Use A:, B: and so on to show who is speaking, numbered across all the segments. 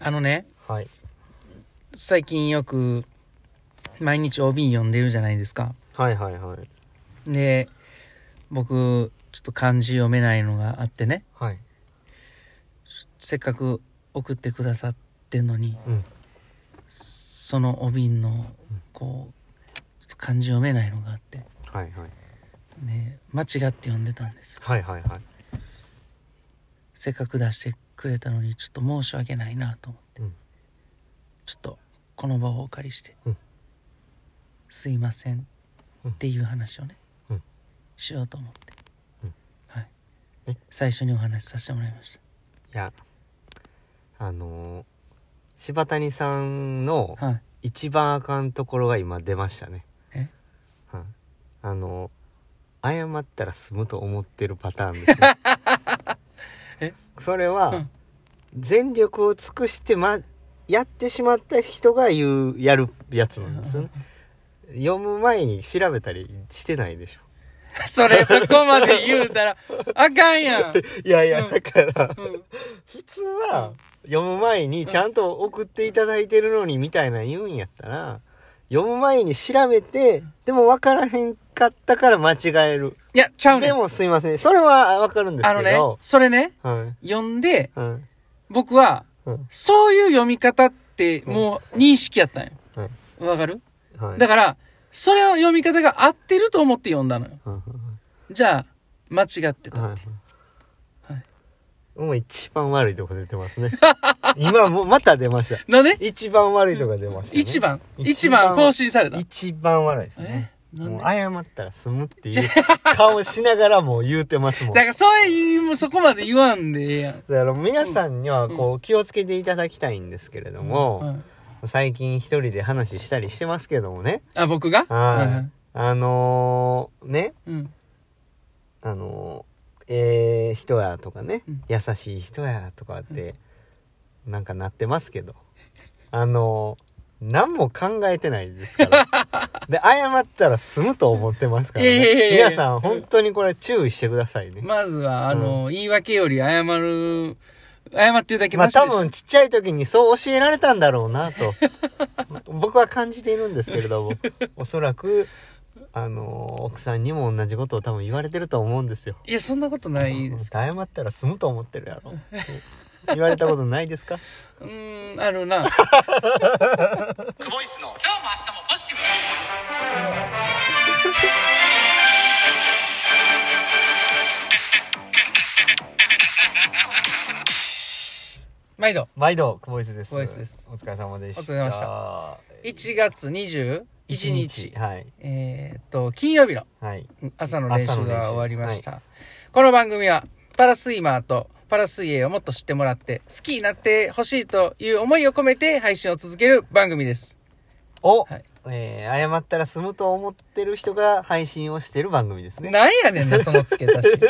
A: あのね、
B: はい。
A: 最近よく、毎日 OB 読んでるじゃないですか。
B: はいはいはい。
A: で、僕、ちょっと漢字読めないのがあってね、
B: はい。
A: せっかく送ってくださってんのに、
B: うん。
A: その OB の、こう、ちょっと漢字読めないのがあって、
B: はいはい。
A: ね、間違って読んでたんですよ。
B: はいはいはい。
A: せっかく出してくれたのに、ちょっと申し訳ないなと思って
B: うん。
A: ちょっとこの場をお借りして、
B: うん
A: すいません
B: うん
A: っていう話をね、
B: うん
A: しようと思って、
B: うん
A: はい
B: え
A: 最初にお話しさせてもらいまし
B: いや、あのー、柴谷さんの
A: たはい
B: 一番あかんところが今出ましたね。
A: え。
B: はい。あのー、謝ったら済むと思ってるパターンですね
A: え
B: それ
A: う
B: は
A: ん、
B: 全力を尽くして、ま、やってしまった人が言う、やるやつなんですよね。読む前に調べたりしてないでしょ。
A: それそこまで言うた らあかんやん、
B: いやい
A: うん
B: や、だから、
A: うん
B: 普通は、読む前にちゃんと送っていただいてるのにみたいな言うんやったら、読む前に調べて、でも分からへんかったから間違える。
A: いやちゃうね
B: で
A: ん
B: もすいません。それは分かるんです
A: あの
B: け
A: ね
B: ど。
A: それね
B: はい。
A: 読んで
B: はい。
A: 僕は
B: うん
A: そういう読み方ってもう認識やったんよ
B: はい。
A: わかる
B: はい。
A: だからそれを読み方が合ってると思って読んだのよ
B: ら、は
A: じゃあ間違ってた
B: い。はい
A: はい。
B: もう一番悪いとこ出てますね。今もうまた出ました。
A: なんで
B: 一番悪いとこ出ました、ね。
A: 一番一
B: 一
A: 番
B: 番
A: 更新された。
B: 一番悪いです
A: え
B: ね。
A: なん
B: もう
A: で
B: 謝ったら済むっていう顔しながらもう言うてますもん。
A: だ
B: だ
A: からそういう、もうそこまで言わんでええやん。
B: から皆さんにはこう気をつけていただきたいんですけれど
A: う
B: も、
A: ん
B: 最近一人で話したりしてますけどもね。
A: あ、僕がはいは
B: はいい。あのー、ね、
A: うん。
B: あのー、ええ人やとかね
A: うん、
B: 優しい人やとかって、なんかなってますけど、あのー、何も考えてないで すから。で、謝ったら済むと思ってますから
A: いやいや
B: ね。
A: いやいや
B: 皆さん本当にこれ注意してくださいね。
A: まずは、あの、言い訳より謝る、謝ってるだけ
B: ま
A: マ
B: あ
A: シでし
B: 多
A: ょ
B: 分ちっちゃい時にそう教えられたんだろう なと僕は感じているんですけれどもおそらくあの奥さんにも同じことを多分言われてると思うんですよ。
A: いや、そんなことないです。
B: 謝ったら済むと思ってるやろ言われたことないですか
A: うーん、あ るな。
B: クボイ
A: 今
B: スの
A: 日も明日もポジティブ毎度
B: 毎度クボイスです
A: クボイスです
B: お疲れ様でした
A: お疲れ様でし1月21日
B: はい
A: えーっと金曜日の
B: はい
A: 朝の練習が終わりました、
B: は
A: この番組はパラスイマーとパラ水泳をもっと知ってもらって好きになってほしいという思いを込めて配信を続ける番組です
B: お、
A: はい
B: えー謝ったら済むと思ってる人が配信をしてる番組ですね
A: なんやねんなその付け足し
B: ち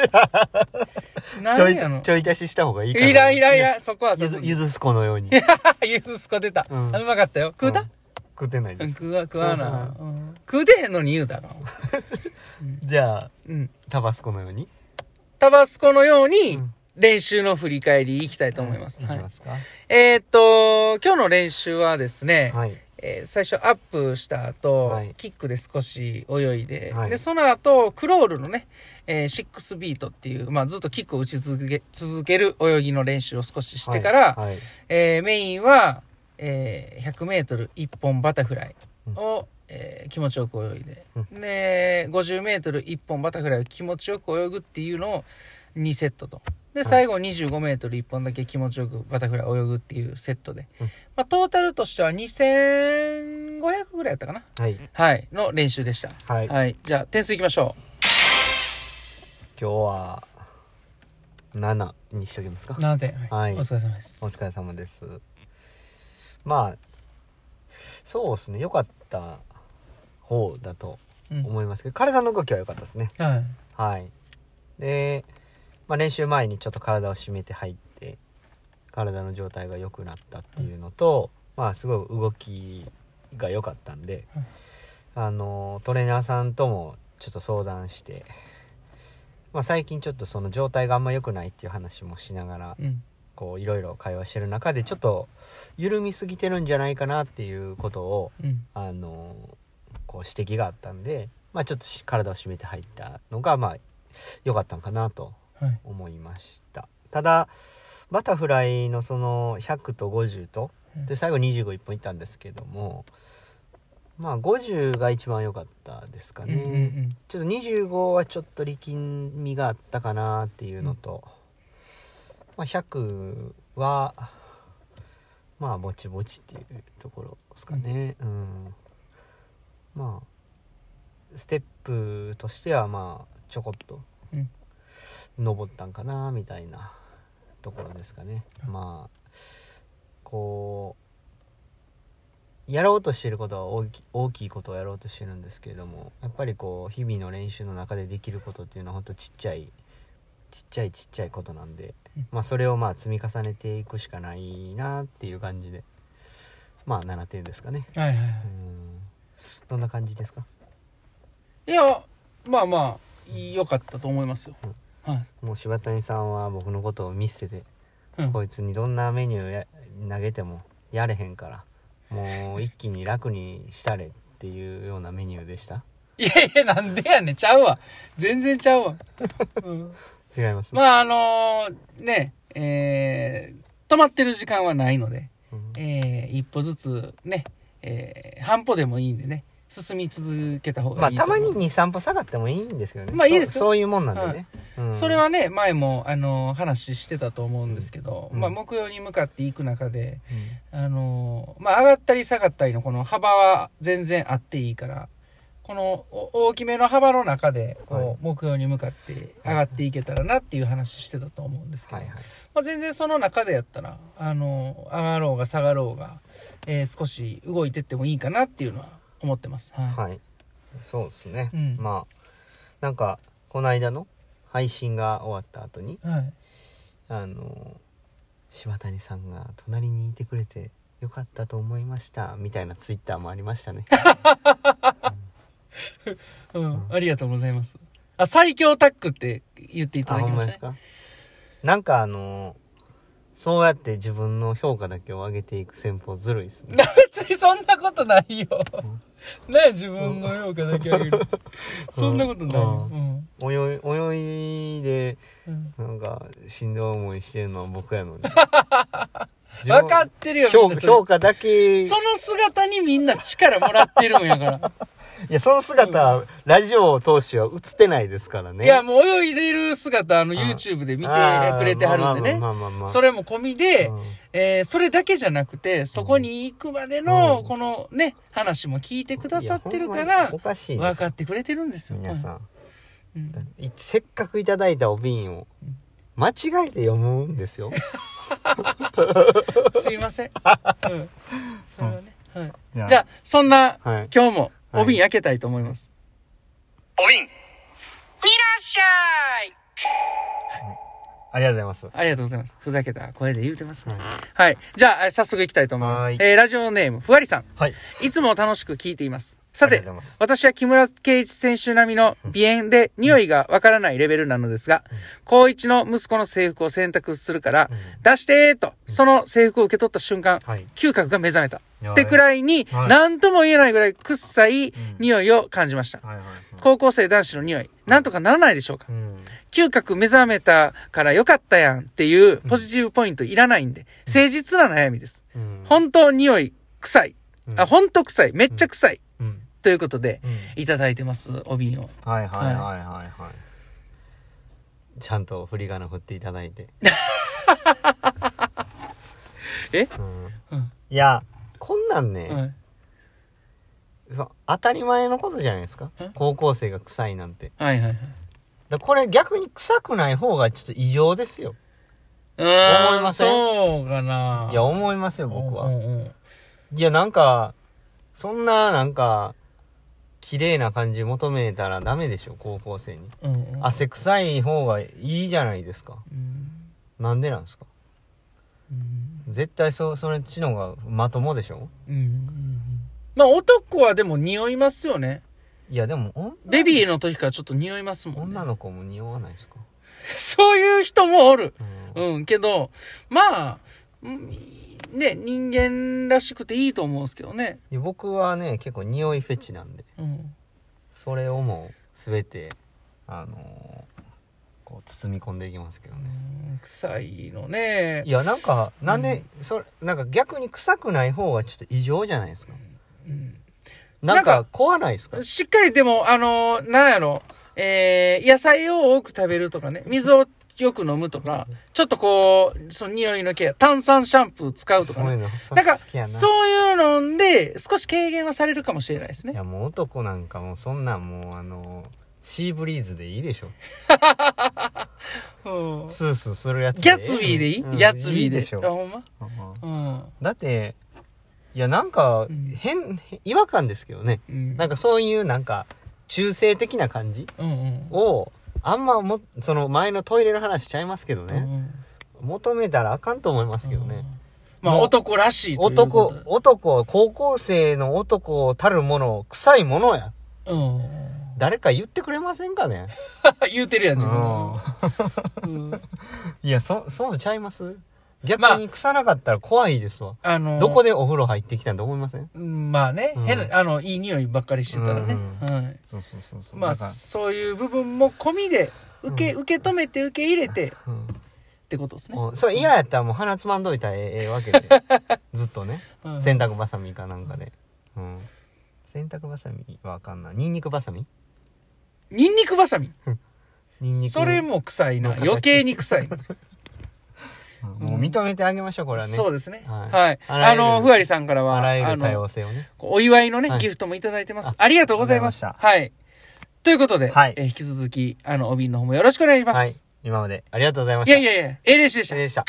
B: ょ
A: 何
B: い
A: やの
B: ちょい足しした方がいいかない
A: らんいらんいらんそこは
B: ゆず ゆずすこのように
A: ゆずすこ出た、う
B: うん
A: あうまかったよ食うた、
B: うん食ってない
A: うん
B: です
A: 食わ食わな、うん食うてへんのに言うたろ、
B: じゃあ
A: うん、
B: タバスコのように
A: タバスコのように
B: うん
A: 練習の振り返りいきたいと思います、
B: いき
A: はい
B: ますかは
A: えーっと今日の練習はですね、
B: い
A: えー最初アップした後、
B: はい
A: キックで少し泳いで、
B: はい
A: でその後クロールのね、えーシックスビートっていう、まあ、ずっとキックを打ち続け続ける泳ぎの練習を少ししてから、
B: はいはい
A: えーメインは、えー 100m1 本バタフライを、えー気持ちよく泳いで、で 50m1 本バタフライを気持ちよく泳ぐっていうのを2セットとで
B: い
A: 最後 25m1 本だけ気持ちよくバタフライ泳ぐっていうセットで、
B: うん
A: まあ、トータルとしては2500ぐらいやったかな
B: はい
A: はいの練習でした
B: はい
A: はい、じゃあ点数いきましょ
B: 今日は7にしときますか
A: う7点、
B: はい
A: お疲れ様です
B: お疲れ様ですまあそうですね良かった方だと
A: うん
B: 思いますけど体の動きは良かったですね
A: はい
B: はいで、まあ、練習前にちょっと体を締めて入って体の状態が良くなったっていうのと、まあすごい動きが良かったんで、
A: はい
B: あのトレーナーさんともちょっと相談して、まあ、最近ちょっとその状態があんま良くないっていう話もしながら
A: うん
B: こういろいろ会話してる中でちょっと緩みすぎてるんじゃないかなっていうことを
A: うん
B: あのこう指摘があったんで、まあ、ちょっとし体を締めて入ったのがまあ良かったのかなと
A: はい
B: 思いましたただバタフライのその100と50と
A: うん
B: で最後25一本いったんですけどもまあ50が一番良かったですか
A: うんう
B: ね、
A: んうん
B: ちょっと25はちょっと力みがあったかなっていうのと、まあ、100はまあぼちぼちっていうところですかね、うんまあステップとしてはまあちょこっと
A: うん
B: 登ったんかなみたいなところですかね、まあこうやろうとしてることは大き大きいことをやろうとしてるんですけれどもやっぱりこう日々の練習の中でできることっていうのはほんとちっちゃいちっちゃいちっちゃいことなんで、
A: うん
B: まあ、それをまあ積み重ねていくしかないなっていう感じでまあ7点ですかね
A: はいはいは
B: う
A: い
B: んどんな感じですか
A: いやまあまあ良かったと思いますよ、はい
B: もう柴谷さんは僕のことを見捨てて
A: うん
B: こいつにどんなメニューや投げてもやれへんからもう一気に楽にしたれっていうようなメニューでした
A: いやいやなんでやねんちゃうわ全然ちゃうわ、うん
B: 違います、
A: まああのーねえー止まってる時間はないので、
B: うん
A: えー一歩ずつね、えー半歩でもいいんでね進み続けた方
B: ま
A: が
B: あ
A: いい
B: たまに
A: ま
B: 23歩下がってもいいんですけどね
A: まあいいですよ
B: そうそういうもんなんでね、うん
A: それはね前も、あのー話してたと思うんですけど、
B: うん
A: まあ、目標に向かっていく中で、
B: うん
A: あのーまあ、上がったり下がったりのこの幅は全然あっていいからこのお大きめの幅の中で
B: は
A: こ
B: いう
A: 目標に向かって上がっていけたらなっていう話してたと思うんですけど、
B: はいはい
A: まあ、全然その中でやったら、あの、上がろうが下がろうが、えー少し動いてってもいいかなっていうのは思ってます。はい。
B: はいそうですね、
A: うん
B: まあなんかこの間の配信が終わった後に
A: はい。
B: あの柴谷さんが隣にいてくれてよかったと思いましたみたいなツイッターもありまし たね
A: うん、ありがとうございます。あ、最強タッグって言っていた
B: あ
A: だ
B: ほ
A: き
B: ん
A: ま
B: ま
A: し
B: で
A: た
B: す
A: ね。
B: かなんかあのそうやって自分の評価だけを上げていく戦法ずるいです ね
A: な別にそんなことないよ。な自分の評価だけあげる。そんなことないよ。うん。
B: 泳い泳いで
A: うん
B: なんかしんどい思いしてるのは僕 やのに
A: 分かってるよ、み
B: 評
A: んなそれ
B: 評価だけい
A: その姿にみんな力もらってるんやから。
B: やその姿はラジオを通しては映ってないですからね
A: いや、もう泳いでる姿、あの、
B: ん
A: YouTube で見て
B: あー
A: くれてはるんでね
B: ま。あまあまあまあ
A: それも込みで、
B: うん
A: えーそれだけじゃなくて、そこに行くまでの、
B: うん
A: このね、話も聞いてくださってるか
B: いやほんま
A: ら
B: にお、かしいです
A: 分かってくれてるんですよ。
B: 皆さ
A: うんうん
B: んいせっかくいただいたお瓶を
A: うん
B: 間違えて読む んですよ
A: すいません。うんそれはねはい
B: じ
A: じゃあ、そんな、
B: はい
A: 今日も、
B: はい
A: お瓶開けたいと思います。
B: お瓶
A: いらっしゃい
B: ありがとうございます
A: ありがとうございます。ふざけた声で言うてますね。
B: はい
A: はい。じゃあ、えー早速行きたいと思いま
B: は
A: す
B: い。
A: えーラジオネーム、ふわりさん。
B: はい
A: いつも楽しく聞いています。さ
B: あ
A: て
B: りがとうございます、
A: 私は木村圭一選手並みの鼻炎で匂いがわからないレベルなのですが、高一の息子の制服を選択するから
B: うん、
A: 出してーと、その制服を受け取った瞬間、
B: はい
A: 嗅覚が目覚めた。
B: や
A: ってくらいに、
B: はい
A: 何とも言えないぐらい臭い匂いを感じました。
B: はいはいはい
A: 高校生男子の匂い、なんとかならないでしょうか
B: うん
A: 嗅覚目覚めたからよかったやんっていうポジティブポイントいらないんで、誠実な悩みです。
B: うん
A: 本当匂い、臭い。あ、本当臭い。めっちゃ臭い。
B: うん
A: ということで、
B: うん
A: いただいてます、お瓶を。
B: はいはいはいはいはいちゃんと振り仮名振っていただいて
A: え
B: う
A: う
B: ん
A: ん。
B: いやこんなんね、
A: はい。
B: そう当たり前のことじゃないですか
A: え
B: 高校生が臭いなんて
A: はいはいはい。
B: だこれ逆に臭くない方がちょっと異常ですよ
A: うーん。
B: 思いません
A: そうかない
B: や思いますよ僕
A: うん
B: は
A: うんうん
B: いやなんかそんななんか綺麗な感じ求めたらダメでしょ高校生に
A: うんうん。
B: 汗臭い方がいいじゃないですか
A: うん。
B: なんでなんですか
A: うん。
B: 絶対そそれっちの方がまともでしょ
A: うんうんうん。まあ男はでも匂いますよね。
B: いやでも女
A: ベビーの時からちょっと匂いますもんね。
B: 女の子も匂わないですか、
A: そういう人もおる。
B: うん
A: うん、けど、まあ、うんね、人間らしくていいと思うんですけどね。
B: いや僕はね結構匂いフェチなんで
A: うん。
B: それをもう全てあのーこう包み込んでいきますけどね
A: うん臭いのね
B: い。やなんかなんで、それなんか逆に臭くない方がちょっと異常じゃないですか
A: うん
B: なん
A: な
B: か
A: ん
B: 怖ないですか
A: しっかりでも、あの、なんやろ、えー、野菜を多く食べるとかね、水をよく飲むとか、ちょっとこう、その匂いのケア、炭酸シャンプー使うとか
B: そうい
A: ね。
B: うのそ
A: な
B: れ
A: んか、
B: 好きやな
A: そういうので、少し軽減はされるかもしれないです
B: い
A: ね。
B: やもう男なんかもうそんなんもうあのーシーブリーズでいいでしょ
A: うん
B: スースーするやつ
A: ギャツビーでいい
B: うん
A: ギャツビー
B: いい
A: で。
B: でし
A: あ、
B: ょ
A: ほんま
B: うん
A: うん。
B: だっていやなんか
A: うん
B: 変、変違和感ですけどね
A: うん。
B: なんかそういうなんか中性的な感じ
A: うんうん、
B: をあんまもその前のトイレの話しちゃいますけど
A: うんう
B: ね、
A: ん。
B: 求めたらあかんと思いますけどね、
A: うん。まあ、
B: もう
A: 男らしいというこ
B: 男
A: とで。
B: 男高校生の男たるもの臭いものや
A: うん。
B: 誰か言ってくれませんかね
A: 言うてるやん、自分
B: う
A: うん。
B: んいやそそうちゃいます
A: ま
B: 逆
A: あ
B: に臭なかったら怖いですわ、
A: あの
B: どこでお風呂入ってきたんと思いません
A: うんまあね、
B: うん
A: 変なあのいい匂いばっかりしてたらね、
B: う
A: はい、
B: そうそうそうそ
A: まあそういう部分も込みで受け,、
B: う
A: 受け止めて受け入れてっ
B: うん
A: てことですね、
B: うんそれ嫌やったらもう鼻つまんどいたらええええわけ でずっとね
A: うん
B: 洗濯ばさみかなんかで、うん、洗濯ばさみはあかんなにんにくばさみ
A: ニンニクバサミ
B: にんにく
A: それも臭いな
B: の形
A: 余計に 臭いんですよ
B: うんもう認めてあげましょうこれはね
A: そうですね
B: は
A: はいい、
B: あら
A: あ
B: ゆる
A: のふわりさんからは
B: あらゆ
A: あ
B: る多様
A: の
B: 性をね
A: お祝いのね、
B: はい
A: ギフトもいただいてます
B: あ
A: ありがとうございます
B: ありがと
A: はいということで、
B: はい
A: えー引き続きあのお瓶の方もよろしくお願いします、
B: はい
A: い、
B: 今までありがとうございました
A: やいやいやええレしでした
B: 失礼でした